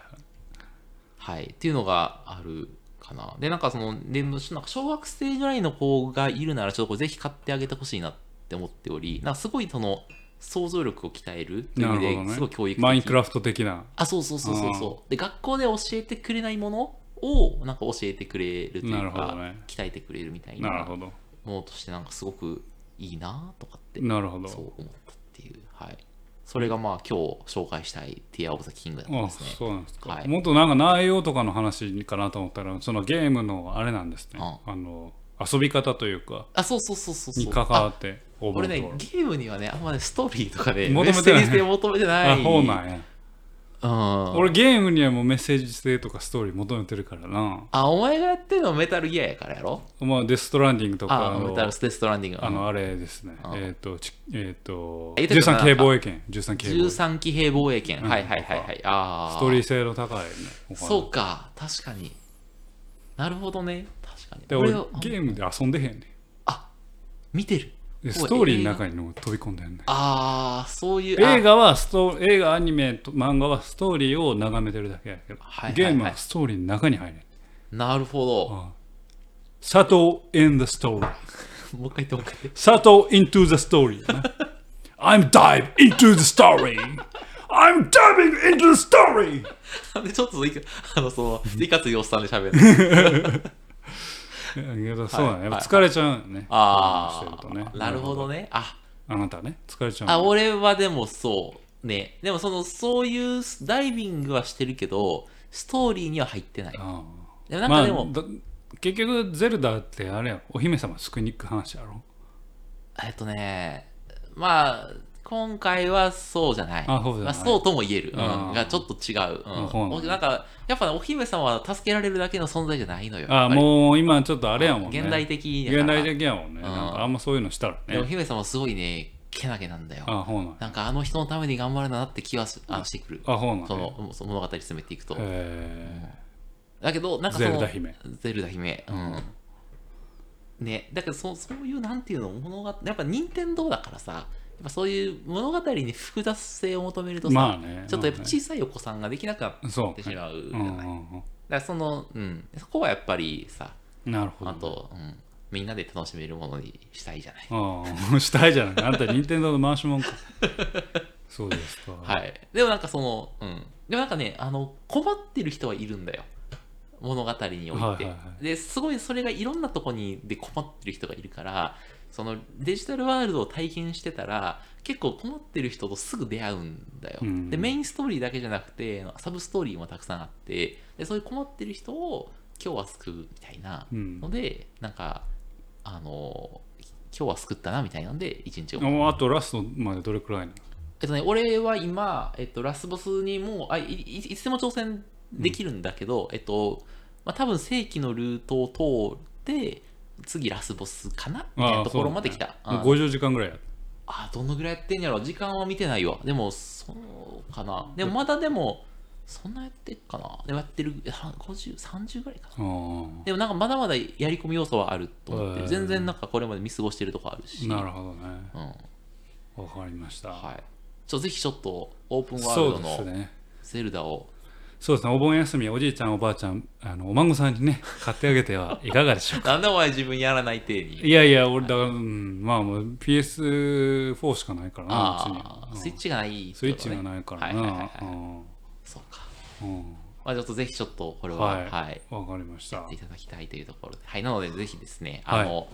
Speaker 2: はい、っていうのがあるかな。で、なんかその、でなんか小学生ぐらいの子がいるなら、ちょっとこれぜひ買ってあげてほしいなって思っており、なんかすごいその、想像力を鍛えるという
Speaker 1: な
Speaker 2: 意味
Speaker 1: るほ
Speaker 2: で、
Speaker 1: どね
Speaker 2: すごい教育的
Speaker 1: マインクラフト的な
Speaker 2: あ、そうそうそうそうそう。で、学校で教えてくれないものを、なんか教えてくれるとい
Speaker 1: な
Speaker 2: う
Speaker 1: るほど
Speaker 2: か、
Speaker 1: ね
Speaker 2: 鍛えてくれるみたい
Speaker 1: なる
Speaker 2: な
Speaker 1: ほど
Speaker 2: ものとしてなんかすごくいいなとかって
Speaker 1: なるほ
Speaker 2: そう
Speaker 1: ど。
Speaker 2: 思ったっていうはいそれがまあ今日紹介したい「ティア・オブ・ザ・キング」だったん
Speaker 1: あ
Speaker 2: ですね
Speaker 1: そうなんですか、
Speaker 2: はい
Speaker 1: もっとなんか内容とかの話かなと思ったらそのゲームのあれなんですね、
Speaker 2: う
Speaker 1: あの遊び方というか
Speaker 2: あそうそうそうそうそう
Speaker 1: に関わって応
Speaker 2: 俺
Speaker 1: 募
Speaker 2: ね
Speaker 1: と
Speaker 2: ゲームにはねあんまねストーリーとかで、
Speaker 1: 求
Speaker 2: ね、メ
Speaker 1: め
Speaker 2: ッセ
Speaker 1: てない
Speaker 2: ージ性求めてない
Speaker 1: あそうなんや
Speaker 2: うん
Speaker 1: 俺ゲームにはもうメッセージ性とかストーリー求めてるからな
Speaker 2: あお前がやってるのはメタルギアやからやろ
Speaker 1: まあデストランディングとか
Speaker 2: あ
Speaker 1: あ
Speaker 2: メ
Speaker 1: の
Speaker 2: タルステストランディング
Speaker 1: あのあれですね
Speaker 2: あ
Speaker 1: えっ、とちえっ、と
Speaker 2: 言ってたな
Speaker 1: 13K 防衛圏 13K 防衛ス
Speaker 2: 13騎兵防衛権、
Speaker 1: うん
Speaker 2: はいはいはいはいああ
Speaker 1: トーリー性の高いねお金
Speaker 2: そうか確かになるほどね確かに
Speaker 1: で俺
Speaker 2: は
Speaker 1: ゲームで遊んでへんね
Speaker 2: あ見てる
Speaker 1: でストーリーの
Speaker 2: に
Speaker 1: 中にも飛び込んでんねん
Speaker 2: ああそういうあ
Speaker 1: 映画はスト映画アニメと漫画はストーリーを眺めてるだけやけど、
Speaker 2: はいはいはい
Speaker 1: ゲームはストーリーの中に入る
Speaker 2: なるほど
Speaker 1: 佐藤 in the story
Speaker 2: もう一回言ってもう一回言って
Speaker 1: 佐藤 into the story やな I'm dive into the story I'm diving into the story
Speaker 2: なんでちょっといかあのそのいかついおっさんで 喋る
Speaker 1: いやそうだね、やっぱ
Speaker 2: はい
Speaker 1: 疲れちゃうよねそ
Speaker 2: あ
Speaker 1: ういうのしてる
Speaker 2: あ、
Speaker 1: とね
Speaker 2: なるほどねあ
Speaker 1: あなたね疲れちゃう
Speaker 2: あ
Speaker 1: よね
Speaker 2: 俺はでもそうねでもそのそういうダイビングはしてるけどストーリーには入ってない
Speaker 1: ああ
Speaker 2: でもなんかでも、
Speaker 1: まあ、だ結局ゼルダってあれやお姫様救いに行く話やろ
Speaker 2: えっとね、まあ、今回はそうじゃない。
Speaker 1: あそうじゃない
Speaker 2: まそうとも言える。うん
Speaker 1: あー
Speaker 2: がちょっと違う。
Speaker 1: あそうなんだ
Speaker 2: うん。なんか、やっぱねお姫様は助けられるだけの存在じゃないのよ。
Speaker 1: ああ
Speaker 2: う、
Speaker 1: もう今ちょっとあれやもんね
Speaker 2: 現代的やから
Speaker 1: 現代的やもんね、
Speaker 2: ん
Speaker 1: なんかあんまそういうのしたら
Speaker 2: でお
Speaker 1: ね
Speaker 2: 姫様すごいね、けなげなんだよ。
Speaker 1: あほうなん
Speaker 2: なんかあの人のために頑張るんだなって気はすあしてくる。
Speaker 1: あほうなん
Speaker 2: そのその物語進めていくと。
Speaker 1: え
Speaker 2: だけど、なんかその。
Speaker 1: ゼルダ姫。
Speaker 2: ゼルダ姫。うん。ね、だけどそ、そういう、なんていうの、物語、やっぱ、任天堂だからさ、やっぱそういう物語に複雑性を求めるとさ、
Speaker 1: まあね
Speaker 2: ちょっとやっぱ
Speaker 1: まあね
Speaker 2: 小さいお子さんができなくなっ
Speaker 1: ー、そう
Speaker 2: てしまうじ
Speaker 1: う
Speaker 2: ゃない。
Speaker 1: んう
Speaker 2: だか
Speaker 1: ん
Speaker 2: ら、その、うん、そこはやっぱりさ、
Speaker 1: うん、なるほど
Speaker 2: あと、うん、みんなで楽しめるものにしたいじゃない。
Speaker 1: ああしたいじゃないあんた任天堂の回し もんかそうですか
Speaker 2: はいい。でもなんかその、うん。でもなんかね、あの、困ってる人はいるんだよ。物語において。
Speaker 1: はいはいは
Speaker 2: で、すごいそれがいろんなとこにで困ってる人がいるから、そのデジタルワールドを体験してたら、結構困ってる人とすぐ出会うんだよ。
Speaker 1: うん
Speaker 2: で、メインストーリーだけじゃなくて、サブストーリーもたくさんあって、で、そういう困ってる人を今日は救うみたいな
Speaker 1: うん
Speaker 2: ので、なんか、あの、今日は救ったなみたいなんで、一日を
Speaker 1: おあとラストまでどれくらいなの
Speaker 2: えっとね、俺は今、えっと、ラスボスにもうあいいいつでも挑戦できるんだけど、えっとまあ、多分正規のルートを通って次ラスボスかなみたいなところまで来た
Speaker 1: ああ
Speaker 2: あ
Speaker 1: そうねもう50時間ぐらいや
Speaker 2: あどのぐらいやってんやろ時間は見てないわでもそうかなでもまだでもそんなやってっかなでもやってる5030ぐらいかな
Speaker 1: ああ
Speaker 2: でもなんかまだまだやり込み要素はあると思って
Speaker 1: へー
Speaker 2: る全然なんかこれまで見過ごしてるとこあるし
Speaker 1: なるほどね
Speaker 2: うん
Speaker 1: わかりました、
Speaker 2: はい、ちょぜひちょっとオープンワール
Speaker 1: そ
Speaker 2: ド
Speaker 1: うです
Speaker 2: の
Speaker 1: ね
Speaker 2: ゼルダを
Speaker 1: そうですねお盆休みおじいちゃんおばあちゃんあのお孫さんにね買ってあげてはいかがでしょうか
Speaker 2: なんでお前自分やらない体に。
Speaker 1: いやいや、俺、だから、うん、まあ、もう PS4 しかないからな、うちに
Speaker 2: あ
Speaker 1: は
Speaker 2: あ、スイッチがない、
Speaker 1: スイッチがないから
Speaker 2: はいはいはい
Speaker 1: な
Speaker 2: は。
Speaker 1: う
Speaker 2: い
Speaker 1: ん
Speaker 2: そうか。
Speaker 1: うん
Speaker 2: まあ、ちょっとぜひちょっとこれは、は、
Speaker 1: はいい
Speaker 2: はい、
Speaker 1: わかりました。
Speaker 2: いただきたいというところで。はい、なのでぜひですね、
Speaker 1: はい
Speaker 2: あの、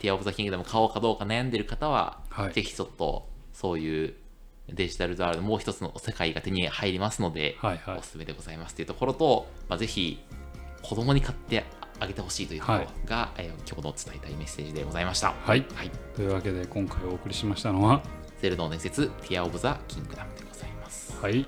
Speaker 2: ティア・オブ・ザ・キングダム買おうかどうか悩んでる方は、
Speaker 1: はい
Speaker 2: ぜひちょっと、そういうデジタルワールド、もう一つの世界が手に入りますので、
Speaker 1: はいはい
Speaker 2: おすすめでございますというところと、まあ、ぜひ、子供に買ってあげてほしいというところが、えー今日の伝えたいメッセージでございました。
Speaker 1: はい。
Speaker 2: はい。
Speaker 1: というわけで、今回お送りしましたのは、
Speaker 2: ゼルダの伝説、ティア・オブ・ザ・キングダムでございます。
Speaker 1: はい。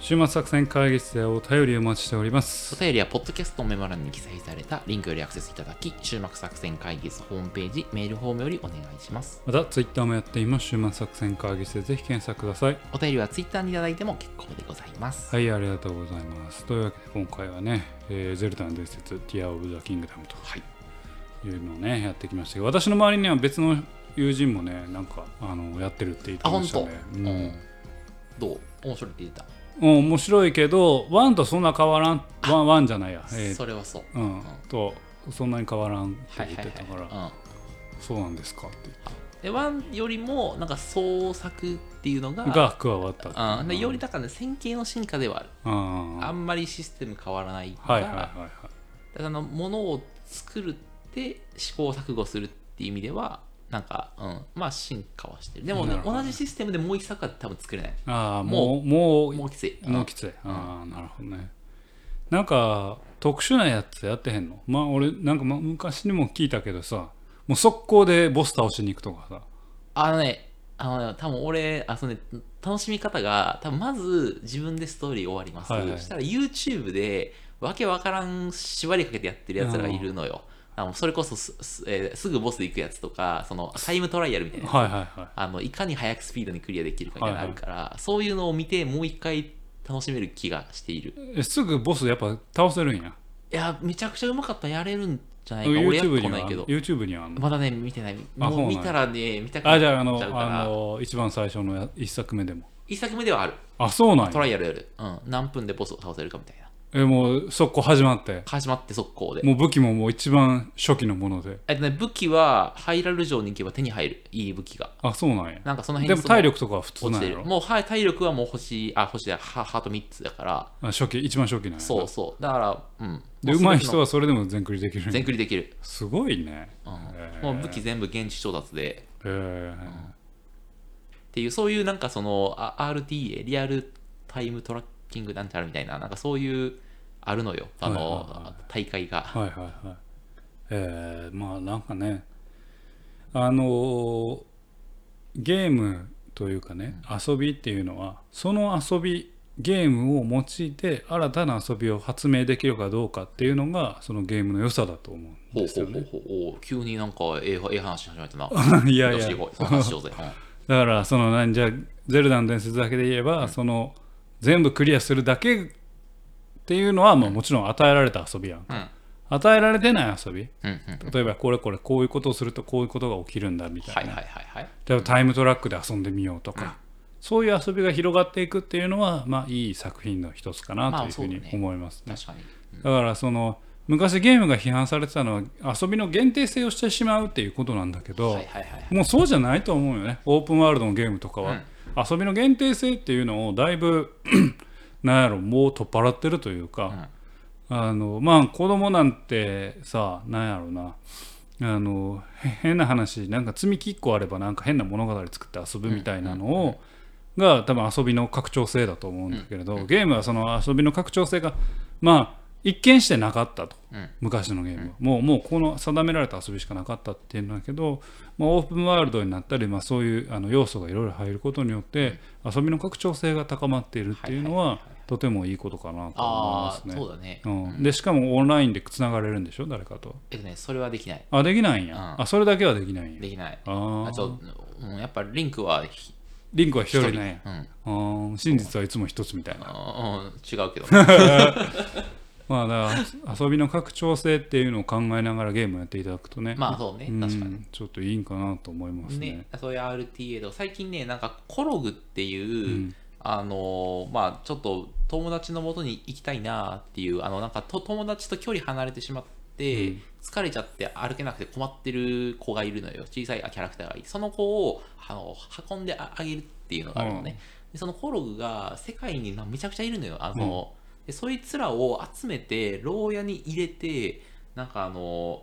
Speaker 1: 週末作戦会議室でお便りをお待ちしておりま
Speaker 2: お
Speaker 1: す。
Speaker 2: 便りはポッドキャストのメモ欄に記載されたリンクよりアクセスいただき、終幕作戦会議室ホームページ、メールフォームよりお願いします。
Speaker 1: また、ツイッターもやっています。週末作戦会議室でぜひ検索ください。
Speaker 2: お便りはツイッターにいただいても結構でございます。
Speaker 1: はい、ありがとうございます。というわけで、今回はね、えーゼルダの伝説、ティア・オブ・ザ・キングダムと
Speaker 2: はい。
Speaker 1: いうのをね、やってきましたけど、私の周りには別の友人もね、なんか、あのやってるって言って
Speaker 2: あ、
Speaker 1: ま
Speaker 2: 本
Speaker 1: した
Speaker 2: 当。
Speaker 1: ね。
Speaker 2: うん。どう面白いって言ってた。
Speaker 1: うん、面白いけどワンとそんな変わらんワンワンじゃないや、えー
Speaker 2: それはそう、
Speaker 1: う
Speaker 2: うんん、
Speaker 1: とそんなに変わらんって
Speaker 2: はいはい
Speaker 1: 言っ
Speaker 2: はい
Speaker 1: てたから、
Speaker 2: うん
Speaker 1: そうなんですかって言って
Speaker 2: でワンよりもなんか創作っていうのが
Speaker 1: が加わったっていう
Speaker 2: うん、でよりだからね線形の進化ではある、
Speaker 1: あー
Speaker 2: あんまりシステム変わらないから,、
Speaker 1: はいはいはいはい
Speaker 2: あの物を作るって試行錯誤するっていう意味ではなんか、うん、まあ進化はしてるでも、
Speaker 1: なるほど
Speaker 2: 同じシステムでもう一作は多分作れない
Speaker 1: ああもうもう
Speaker 2: もうきつい、
Speaker 1: もうきついああなるほどねなんか特殊なやつやってへんのまあ俺なんかま昔にも聞いたけどさもう速攻でボス倒しに行くとかさ
Speaker 2: あのねあのね多分俺あその、ね、楽しみ方が多分まず自分でストーリー終わります、
Speaker 1: はいはい
Speaker 2: したら YouTube でわけわからん縛りかけてやってるやつらがいるのよあのそれこそす,す、えーすぐボス行くやつとかそのタイムトライアルみたいなやつ
Speaker 1: はいはいはい
Speaker 2: あのいかに速くスピードにクリアできるかみたいなのあるから、そういうのを見てもう一回楽しめる気がしている
Speaker 1: えすぐボスやっぱ倒せるんや
Speaker 2: いやめちゃくちゃうまかったらやれるんじゃないか俺やっ
Speaker 1: YouTube
Speaker 2: たこと
Speaker 1: に
Speaker 2: ない
Speaker 1: は
Speaker 2: けど
Speaker 1: YouTube にはあんの
Speaker 2: まだね見てない
Speaker 1: あそう
Speaker 2: もう
Speaker 1: なん
Speaker 2: 見
Speaker 1: や
Speaker 2: たらね見たくな
Speaker 1: あ
Speaker 2: っち
Speaker 1: じ
Speaker 2: ゃ
Speaker 1: ゃああの
Speaker 2: うから
Speaker 1: あの一番最初のや一作目でも
Speaker 2: 一作目ではある
Speaker 1: あそうなん
Speaker 2: ト
Speaker 1: や
Speaker 2: ライアルやる、うん、何分でボスを倒せるかみたいな
Speaker 1: えもう速攻始まって
Speaker 2: 始まって速攻で
Speaker 1: もう武器ももう一番初期のもので
Speaker 2: えっとね武器はハイラル城に行けば手に入るいい武器が
Speaker 1: あそうなんや
Speaker 2: なんかその
Speaker 1: でも
Speaker 2: 辺にその
Speaker 1: 体力とかは普通
Speaker 2: 落
Speaker 1: な
Speaker 2: ち
Speaker 1: んや
Speaker 2: てる
Speaker 1: ろ
Speaker 2: もうはい体力はもう星あ星でハハート3つだから
Speaker 1: あ初期一番初期なんやな
Speaker 2: そうそうだからうん
Speaker 1: で
Speaker 2: も
Speaker 1: 上手い人
Speaker 2: は
Speaker 1: はそれでも全クリできるんや
Speaker 2: 全クリできる
Speaker 1: すごいね。
Speaker 2: うん
Speaker 1: へー
Speaker 2: もう武器全部現地調達で
Speaker 1: へー
Speaker 2: っていうそういうなんかそのあ RTA リアルタイムトラッキングなんてあるみたいななんかそういうあるのよあの、
Speaker 1: はいはいは
Speaker 2: 大会が
Speaker 1: はいはいはい。えー、まあなんかね、あのーゲームというかね、遊びっていうのは、その遊び、ゲームを用いて新たな遊びを発明できるかどうかっていうのがそのゲームの良さだと思うん
Speaker 2: ほう
Speaker 1: です
Speaker 2: ほう
Speaker 1: よ
Speaker 2: ほう
Speaker 1: ね。
Speaker 2: ほうおう急になんかええええ話し始めたな
Speaker 1: いやい
Speaker 2: よ
Speaker 1: や
Speaker 2: し行こうその話しようぜ、う
Speaker 1: だ
Speaker 2: ん
Speaker 1: からそのなんじゃあゼルダの伝説だけで言えば、その全部クリアするだけっていうのは、まあ、もちろん与えられた遊びやんか、
Speaker 2: うん
Speaker 1: 与えられてない遊び
Speaker 2: うんうん
Speaker 1: 例えばこれこれこういうことをするとこういうことが起きるんだみたいな、
Speaker 2: はいはいはいはい
Speaker 1: 例えばタイムトラックで遊んでみようとか、そういう遊びが広がっていくっていうのはまあいい作品の一つかな
Speaker 2: ま
Speaker 1: と
Speaker 2: あ
Speaker 1: いうふうに
Speaker 2: そうだね
Speaker 1: 思いますね。
Speaker 2: 確かに
Speaker 1: だからその昔ゲームが批判されてたのは遊びの限定性をしてしまうっていうことなんだけど、
Speaker 2: はいはいはいはい
Speaker 1: もうそうじゃないと思うよねオープンワールドのゲームとかは、遊びの限定性っていうのをだいぶ なんやろもう取っ払ってるというか、あのまあ子供なんてさなんやろなあのへ変な話なんか積み木1個あればなんか変な物語作って遊ぶみたいなのを、が多分遊びの拡張性だと思うんだけれど、ゲームはその遊びの拡張性がまあ一見してなかったと、
Speaker 2: うん
Speaker 1: 昔のゲームは、もうもうこの定められた遊びしかなかったっていうんだけど、まあ、オープンワールドになったり、まあ、そういうあの要素がいろいろ入ることによって、遊びの拡張性が高まっているっていうのは,、とてもいいことかなと思いま
Speaker 2: あ
Speaker 1: す
Speaker 2: あ、
Speaker 1: ね。
Speaker 2: そうだね
Speaker 1: うん、でしかもオンラインでつながれるんでしょ誰かと。
Speaker 2: えっとねそれはできない
Speaker 1: あできないんや、
Speaker 2: うん
Speaker 1: あそれだけはできないんや。
Speaker 2: できない
Speaker 1: あ
Speaker 2: あ
Speaker 1: ー
Speaker 2: ちょ、うん、やっぱリンクはひ
Speaker 1: リンクは一
Speaker 2: 一
Speaker 1: 人
Speaker 2: 人、
Speaker 1: ね。
Speaker 2: うん
Speaker 1: あー真実はいつも一つみたいな。
Speaker 2: あーうん、違うけど
Speaker 1: まあだから遊びの拡張性っていうのを考えながらゲームをやっていただくとね、
Speaker 2: まあそうね
Speaker 1: うん
Speaker 2: 確かに
Speaker 1: ちょっといいんかなと思いますね。
Speaker 2: ね、そういう RTA とか最近ねなんかコログっていう、あのーまあちょっと友達のもとに行きたいなっていうあのなんかと友達と距離離れてしまって、
Speaker 1: うん
Speaker 2: 疲れちゃって歩けなくて困ってる子がいるのよ小さいあキャラクターがいてその子をあの運んでああげるっていうのがあるのね、でそのコログが世界になめちゃくちゃいるのよあの、でそいつらを集めて牢屋に入れてなんかあの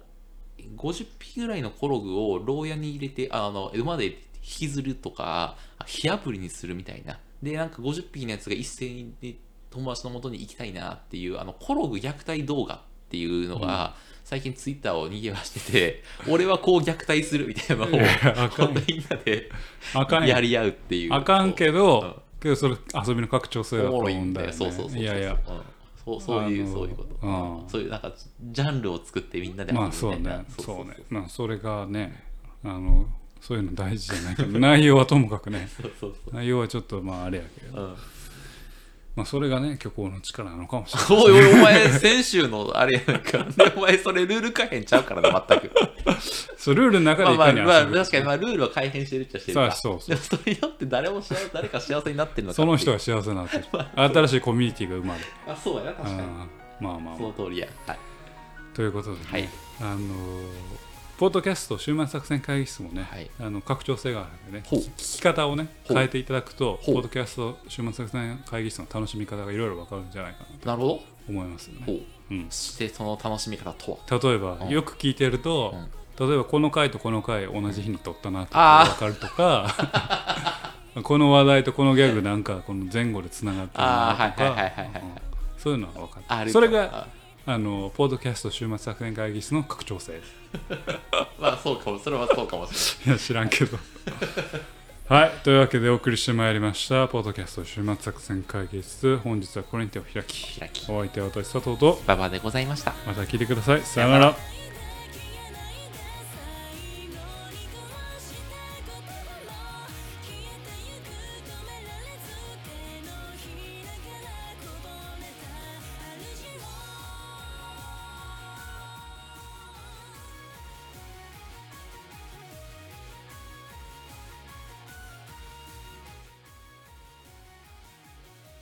Speaker 2: 50匹ぐらいのコログを牢屋に入れてあの馬で引きずるとかあ火炙りにするみたいなでなんか50匹のやつが一斉に友達の元に行きたいなっていうあのコログ虐待動画っていうのが、最近ツイッターを逃げわしてて俺はこう虐待するみたいなのを
Speaker 1: いやあか ん
Speaker 2: みんなで
Speaker 1: あかんや
Speaker 2: やり合うっていう
Speaker 1: あかんけ
Speaker 2: うん
Speaker 1: ど、けどそれ遊びの拡張性だと
Speaker 2: おも
Speaker 1: 思
Speaker 2: ろ
Speaker 1: う
Speaker 2: い
Speaker 1: ん
Speaker 2: ん
Speaker 1: だよ、
Speaker 2: だ
Speaker 1: ね。
Speaker 2: よ。そうそうそうそう。
Speaker 1: いやいや、
Speaker 2: うんそうそうい
Speaker 1: あの
Speaker 2: う、そういうこと。
Speaker 1: うん
Speaker 2: そういう、なんか、ジャンルを作ってみんなで遊ぶ
Speaker 1: ま
Speaker 2: み
Speaker 1: あ
Speaker 2: た
Speaker 1: そう
Speaker 2: いな
Speaker 1: ね、そうね。。まあそれがね、あの、そういうの大事じゃないけど、内容はともかくね、
Speaker 2: そうそうそう。
Speaker 1: 内容はちょっとまああれやけど、
Speaker 2: うん
Speaker 1: まあ、それがね虚構の力なのかもしれない
Speaker 2: おいおいお前先週のあれや ないかでお前それルール改変ちゃうからな全く
Speaker 1: そうルールの中
Speaker 2: ま
Speaker 1: で
Speaker 2: あ
Speaker 1: い
Speaker 2: ま
Speaker 1: か
Speaker 2: あ、
Speaker 1: に遊ぶ
Speaker 2: まあ、確かにまあルールは改変してるっちゃしてるか
Speaker 1: そうそうそう
Speaker 2: でもそれによって誰も幸せ誰か幸せになってるのか
Speaker 1: その人
Speaker 2: が
Speaker 1: が幸せになってる新しいコミュニティが生まれる
Speaker 2: あそうやな確かに
Speaker 1: あーまあまあ
Speaker 2: そ
Speaker 1: ま
Speaker 2: の
Speaker 1: あ
Speaker 2: 通りやはい、
Speaker 1: ということで、ね
Speaker 2: はい
Speaker 1: あのーポッドキャスト終末作戦会議室もね、
Speaker 2: はい
Speaker 1: あの拡張性があるんでね
Speaker 2: ほう
Speaker 1: 聞き方をね
Speaker 2: ほう
Speaker 1: 変えていただくとポ
Speaker 2: ほう
Speaker 1: ッドキャスト終末作戦会議室の楽しみ方がいろいろわかるんじゃないかなと
Speaker 2: なるほど
Speaker 1: 思いますよね、
Speaker 2: ほう
Speaker 1: うん、
Speaker 2: してその楽しみ方とは
Speaker 1: 例えばよく聞いてると、例えばこの回とこの回同じ日に撮ったなって
Speaker 2: あー
Speaker 1: 分かるとか この話題とこのギャグなんかこの前後でつながってる
Speaker 2: ああ
Speaker 1: な
Speaker 2: ー
Speaker 1: と
Speaker 2: はいはいはい
Speaker 1: か
Speaker 2: はいはいはい
Speaker 1: うんそういうのは分かる
Speaker 2: ある
Speaker 1: それがあのポッドキャスト週末作戦会議室の拡張性
Speaker 2: まあそうかもそれはそうかもし
Speaker 1: いや知らんけど はいというわけでお送りしてまいりましたポッドキャスト週末作戦会議室本日はこれに手を開き
Speaker 2: れない開き
Speaker 1: お相手は私佐藤と
Speaker 2: ババアでございました
Speaker 1: また聞いてくださいさよなら